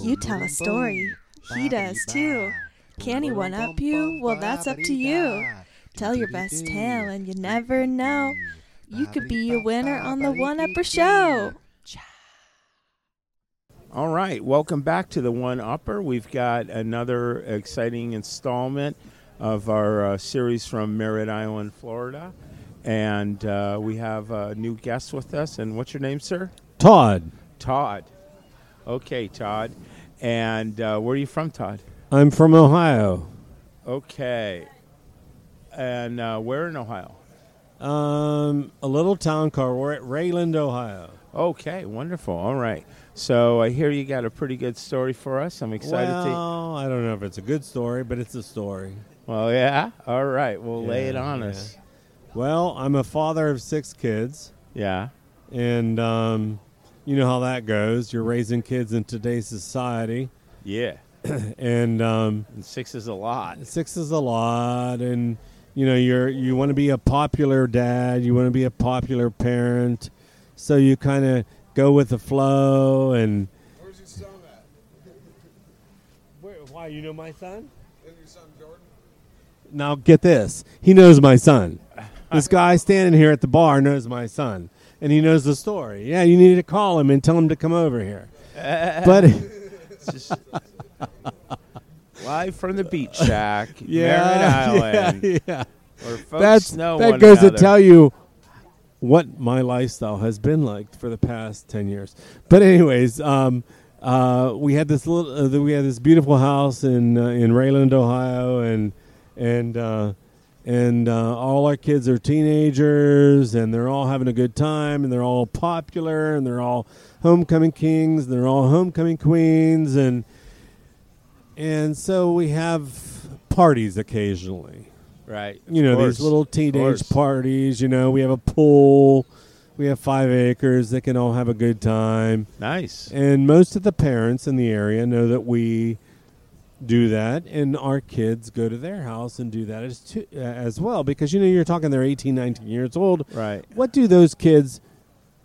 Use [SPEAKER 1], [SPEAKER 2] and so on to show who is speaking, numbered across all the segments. [SPEAKER 1] You tell a story. He does too. Can he one up you? Well, that's up to you. Tell your best tale, and you never know. You could be a winner on the One Upper Show.
[SPEAKER 2] All right, welcome back to the One Upper. We've got another exciting installment of our uh, series from Merritt Island, Florida, and uh, we have a new guest with us. And what's your name, sir?
[SPEAKER 3] Todd,
[SPEAKER 2] Todd. Okay, Todd. And uh, where are you from, Todd?
[SPEAKER 3] I'm from Ohio.
[SPEAKER 2] Okay. And uh, where in Ohio?
[SPEAKER 3] Um, a little town called Ra- Rayland, Ohio.
[SPEAKER 2] Okay, wonderful. All right. So I hear you got a pretty good story for us. I'm excited to.
[SPEAKER 3] well, I don't know if it's a good story, but it's a story.
[SPEAKER 2] Well, yeah. All right. We'll lay it
[SPEAKER 3] Yeah,
[SPEAKER 2] on
[SPEAKER 3] yeah.
[SPEAKER 2] us.
[SPEAKER 3] Well, I'm a father of six kids,
[SPEAKER 2] Yeah.
[SPEAKER 3] and um, you know how that goes. You're raising kids in today's society,
[SPEAKER 2] Yeah.
[SPEAKER 3] and um,
[SPEAKER 2] And six is a lot.
[SPEAKER 3] six is a lot, and you know you're you want to be a popular dad, you want to be a popular parent, so you kind of go with the flow and.
[SPEAKER 4] Where's your son at?
[SPEAKER 3] Where, why you know my son?
[SPEAKER 4] Isn't your son Jordan?
[SPEAKER 3] Now get this. He knows my son. This guy standing here at the bar knows my son, and he knows the story. Yeah, you need to call him and tell him to come over here. but
[SPEAKER 2] It's just live from the beach shack,
[SPEAKER 3] yeah,
[SPEAKER 2] Merritt Island,
[SPEAKER 3] yeah, yeah.
[SPEAKER 2] where folks
[SPEAKER 3] That's
[SPEAKER 2] know
[SPEAKER 3] that
[SPEAKER 2] one
[SPEAKER 3] goes
[SPEAKER 2] another.
[SPEAKER 3] to tell you what my lifestyle has been like for the past ten years. But anyways, um, uh, we had this little, uh, th- we had this beautiful house in uh, in Rayland, Ohio, and and uh, and uh, all our kids are teenagers, and they're all having a good time, and they're all popular, and they're all homecoming kings, and they're all homecoming queens, and and so we have parties occasionally
[SPEAKER 2] right?
[SPEAKER 3] you know
[SPEAKER 2] of
[SPEAKER 3] these
[SPEAKER 2] course,
[SPEAKER 3] little
[SPEAKER 2] of
[SPEAKER 3] teenage
[SPEAKER 2] course.
[SPEAKER 3] parties you know we have a pool we have five acres they can all have a good time
[SPEAKER 2] Nice.
[SPEAKER 3] and most of the parents in the area know that we do that and our kids go to their house and do that as, to, uh, as well because you know you're talking they're 18 19 years old
[SPEAKER 2] Right.
[SPEAKER 3] what do those kids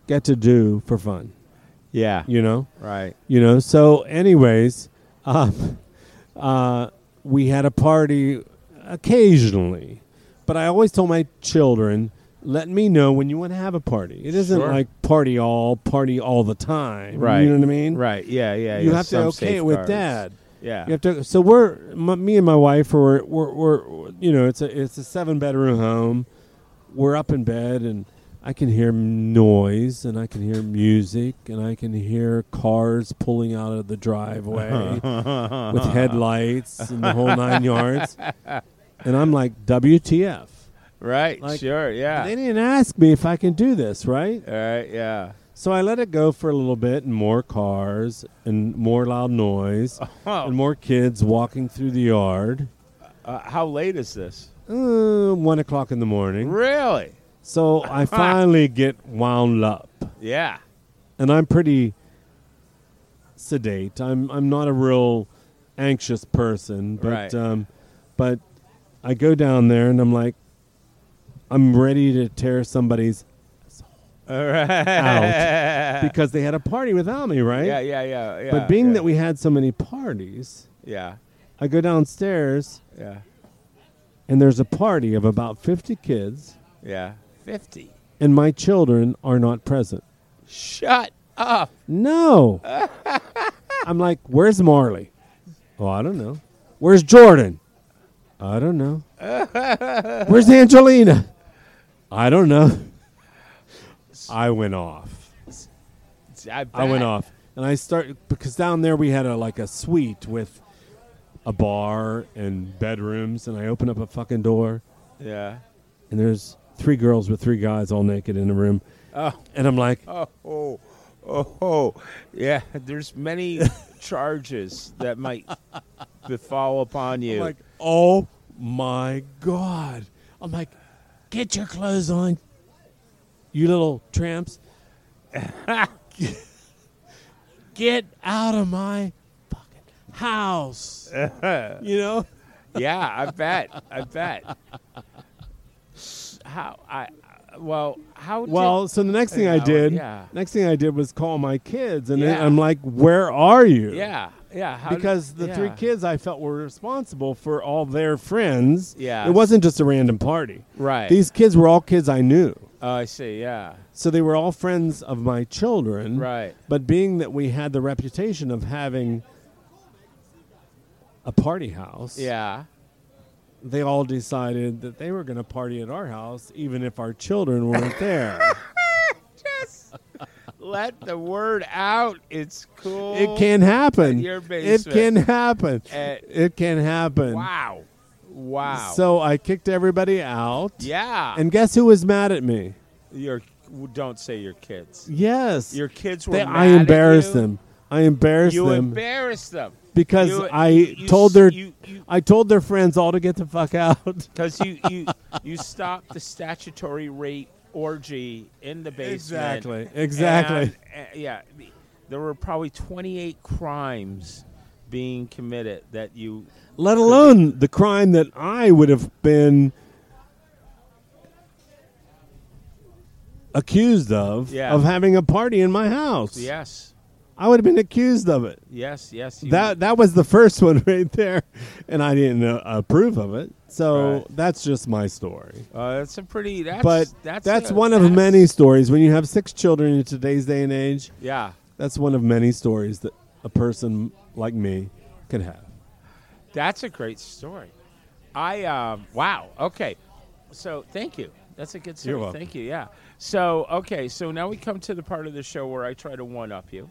[SPEAKER 3] get to do for fun
[SPEAKER 2] Yeah.
[SPEAKER 3] you know
[SPEAKER 2] Right.
[SPEAKER 3] you know so anyways um, uh, we had a party occasionally but i always told my children let me know when you want to have a party it isn't
[SPEAKER 2] Sure.
[SPEAKER 3] like party all party all the time
[SPEAKER 2] Right.
[SPEAKER 3] you know what i mean
[SPEAKER 2] Right. Yeah. Yeah.
[SPEAKER 3] you
[SPEAKER 2] yeah.
[SPEAKER 3] have to
[SPEAKER 2] Some
[SPEAKER 3] okay it with
[SPEAKER 2] safeguards.
[SPEAKER 3] dad
[SPEAKER 2] Yeah.
[SPEAKER 3] you have to so we're m- me and my wife are we're, we're you know it's a it's a seven bedroom home we're up in bed and I can hear noise and I can hear music and I can hear cars pulling out of the driveway with headlights and the whole nine yards. And I'm like, WTF.
[SPEAKER 2] right.
[SPEAKER 3] like,
[SPEAKER 2] sure. Yeah.
[SPEAKER 3] They didn't ask me if I can do this, right?
[SPEAKER 2] All right. Yeah.
[SPEAKER 3] So I let it go for a little bit and more cars and more loud noise and more kids walking through the yard.
[SPEAKER 2] Uh, how late is this?
[SPEAKER 3] Uh, one o'clock in the morning.
[SPEAKER 2] Really?
[SPEAKER 3] So I finally get wound up.
[SPEAKER 2] Yeah.
[SPEAKER 3] and I'm pretty sedate. I'm I'm not a real anxious person, but
[SPEAKER 2] Right.
[SPEAKER 3] um, but I go down there and I'm like, I'm ready to tear somebody's
[SPEAKER 2] All right.
[SPEAKER 3] Out. because they had a party without me, right?
[SPEAKER 2] Yeah. Yeah. Yeah. Yeah.
[SPEAKER 3] But being
[SPEAKER 2] yeah.
[SPEAKER 3] that we had so many parties,
[SPEAKER 2] Yeah.
[SPEAKER 3] I go downstairs
[SPEAKER 2] Yeah.
[SPEAKER 3] and there's a party of about 50 kids,
[SPEAKER 2] Yeah. Fifty.
[SPEAKER 3] and my children are not present.
[SPEAKER 2] Shut up.
[SPEAKER 3] No. I'm like, where's Marley? Oh, I don't know. Where's Jordan? I don't know. where's Angelina? I don't know. I went off.
[SPEAKER 2] I,
[SPEAKER 3] I went
[SPEAKER 2] bet.
[SPEAKER 3] off. And I start because down there we had a like a suite with a bar and bedrooms and I open up a fucking door
[SPEAKER 2] Yeah.
[SPEAKER 3] and there's three girls with three guys all naked in a room. And I'm like,
[SPEAKER 2] Oh, oh, oh, oh. yeah. There's many charges that might befall upon you.
[SPEAKER 3] I'm like, oh my god! I'm like, get your clothes on, you little tramps. get out of my fucking house. you know?
[SPEAKER 2] yeah, I bet. I bet. S- How I I- well, how? did-
[SPEAKER 3] Well, so the next thing I
[SPEAKER 2] Yeah,
[SPEAKER 3] did,
[SPEAKER 2] yeah.
[SPEAKER 3] next thing I did was call my kids, and then
[SPEAKER 2] Yeah.
[SPEAKER 3] I'm like, "Where are you?"
[SPEAKER 2] yeah, yeah. how did-
[SPEAKER 3] because the three
[SPEAKER 2] yeah.
[SPEAKER 3] kids I felt were responsible for all their friends.
[SPEAKER 2] Yeah.
[SPEAKER 3] it wasn't just a random party.
[SPEAKER 2] Right.
[SPEAKER 3] These kids were all kids I knew,
[SPEAKER 2] Oh, I see. Yeah.
[SPEAKER 3] so they were all friends of my children.
[SPEAKER 2] Right.
[SPEAKER 3] But being that we had the reputation of having a party house,
[SPEAKER 2] Yeah.
[SPEAKER 3] they all decided that they were going to party at our house, even if our children weren't there.
[SPEAKER 2] Let the word out. It's cool.
[SPEAKER 3] It can happen.
[SPEAKER 2] Oh, your
[SPEAKER 3] It can
[SPEAKER 2] basement.
[SPEAKER 3] happen.
[SPEAKER 2] Uh,
[SPEAKER 3] it can happen.
[SPEAKER 2] Wow. Wow.
[SPEAKER 3] So I kicked everybody out.
[SPEAKER 2] yeah.
[SPEAKER 3] And guess who was mad at me?
[SPEAKER 2] your don't say your kids.
[SPEAKER 3] Yes.
[SPEAKER 2] Your kids were.
[SPEAKER 3] They-
[SPEAKER 2] mad
[SPEAKER 3] I embarrassed
[SPEAKER 2] at you.
[SPEAKER 3] them. I embarrassed
[SPEAKER 2] You
[SPEAKER 3] them
[SPEAKER 2] embarrassed them
[SPEAKER 3] because
[SPEAKER 2] you-
[SPEAKER 3] I
[SPEAKER 2] you-
[SPEAKER 3] told their
[SPEAKER 2] you- you-
[SPEAKER 3] I told their friends all to get the fuck out.
[SPEAKER 2] because you you you stopped the statutory rape orgy in the basement.
[SPEAKER 3] Exactly. Exactly.
[SPEAKER 2] And, uh, yeah, the- there were probably 28 crimes being committed that you.
[SPEAKER 3] Let alone the crime that I would have been accused of
[SPEAKER 2] Yeah.
[SPEAKER 3] of having a party in my house.
[SPEAKER 2] Yes.
[SPEAKER 3] I would have been accused of it.
[SPEAKER 2] Yes. Yes. you-
[SPEAKER 3] That that was the first one right there, and I didn't uh, approve of it. So
[SPEAKER 2] Right.
[SPEAKER 3] that's just my story.
[SPEAKER 2] Uh, that's a pretty. That's,
[SPEAKER 3] but
[SPEAKER 2] that's
[SPEAKER 3] that's,
[SPEAKER 2] a-
[SPEAKER 3] one of
[SPEAKER 2] that's-
[SPEAKER 3] many stories. When you have six children in today's day and age,
[SPEAKER 2] Yeah.
[SPEAKER 3] that's one of many stories that a person like me could have.
[SPEAKER 2] That's a great story. I um, wow. Okay, so thank you. That's a good story.
[SPEAKER 3] You're welcome.
[SPEAKER 2] Thank you. Yeah. So okay, so now we come to the part of the show where I try to one up you,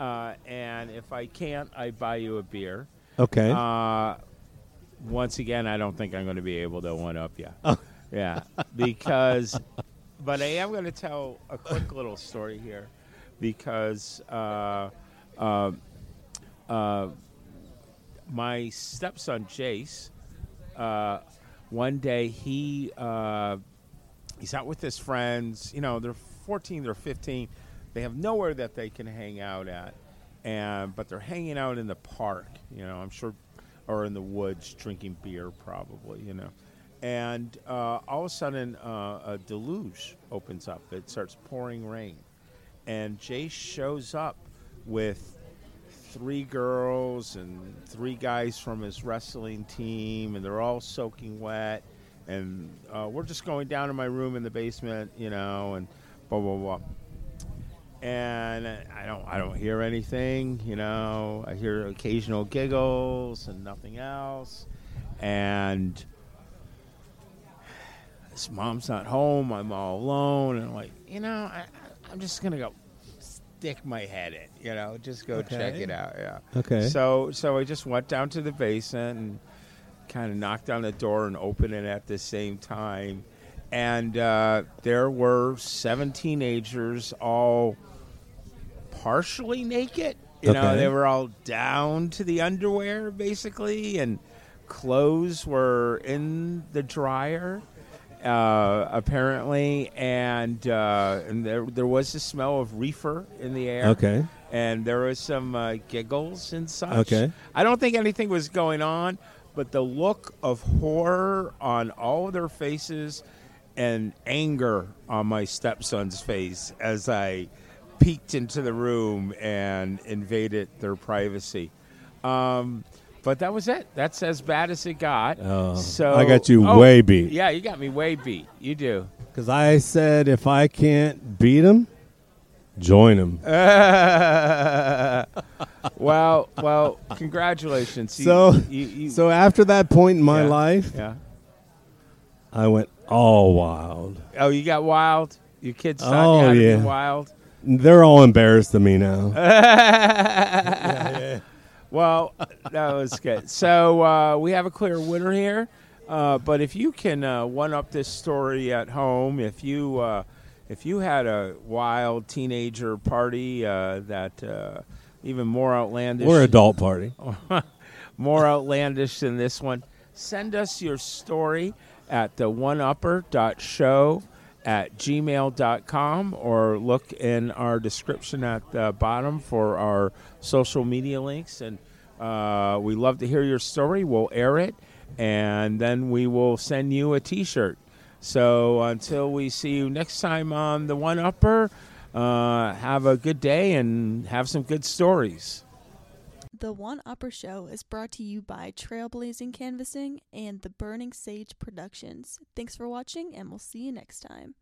[SPEAKER 2] uh, and if I can't, I buy you a beer.
[SPEAKER 3] Okay.
[SPEAKER 2] Uh, once again, I don't think I'm going to be able to one up you. Yeah, because, but I am going to tell a quick little story here, because uh, uh, uh, my stepson Jace, uh, one day he uh, he's out with his friends. You know, they're 14, they're 15. They have nowhere that they can hang out at, and but they're hanging out in the park. You know, I'm sure, or in the woods, drinking beer, probably. You know, and uh, all of a sudden, uh, a deluge opens up. It starts pouring rain, and Jay shows up with three girls and three guys from his wrestling team, and they're all soaking wet. And uh, we're just going down to my room in the basement, you know, and blah blah blah. And I don't, I don't hear anything, you know. I hear occasional giggles and nothing else. And his mom's not home. I'm all alone, and I'm like, you know, I, I- I'm just gonna go stick my head in, you know, just go check
[SPEAKER 3] Okay.
[SPEAKER 2] it out. Yeah.
[SPEAKER 3] Okay.
[SPEAKER 2] So, so I just went down to the basement and kind of knocked on the door and opened it at the same time, and uh, there were seven teenagers all partially naked. You know,
[SPEAKER 3] Okay.
[SPEAKER 2] they were all down to the underwear basically, and clothes were in the dryer uh, apparently, and uh, and there there was a smell of reefer in the air.
[SPEAKER 3] Okay.
[SPEAKER 2] and there was some uh, giggles and such.
[SPEAKER 3] Okay.
[SPEAKER 2] I don't think anything was going on, but the look of horror on all of their faces and anger on my stepson's face as I peeked into the room and invaded their privacy. Um, but that was it. That's as bad as it got.
[SPEAKER 3] Oh,
[SPEAKER 2] so oh,
[SPEAKER 3] I got you way beat.
[SPEAKER 2] Yeah, you got me way beat. You do.
[SPEAKER 3] Because I said if I can't beat them, join them.
[SPEAKER 2] well, well, congratulations. You-
[SPEAKER 3] so,
[SPEAKER 2] you, you,
[SPEAKER 3] so after that point in my
[SPEAKER 2] yeah,
[SPEAKER 3] life,
[SPEAKER 2] yeah.
[SPEAKER 3] I went all wild.
[SPEAKER 2] Oh, you got wild. Your kids taught
[SPEAKER 3] Oh,
[SPEAKER 2] you how to
[SPEAKER 3] yeah.
[SPEAKER 2] be wild.
[SPEAKER 3] They're all embarrassed of me now.
[SPEAKER 2] Well, that was good. So uh, we have a clear winner here. Uh, but if you can uh, one up this story at home, if you uh, if you had a wild teenager party uh, that uh, even more outlandish
[SPEAKER 3] We're adult party.
[SPEAKER 2] more outlandish than this one, send us your story at the oneupper.show at gmail.com or look in our description at the bottom for our social media links. And uh, we love to hear your story. We'll air it and then we will send you a t shirt. So until we see you next time on the One Upper, uh, have a good day and have some good stories.
[SPEAKER 1] The One Upper Show is brought to you by Trailblazing Canvassing and the Burning Sage Productions. Thanks for watching, and we'll see you next time.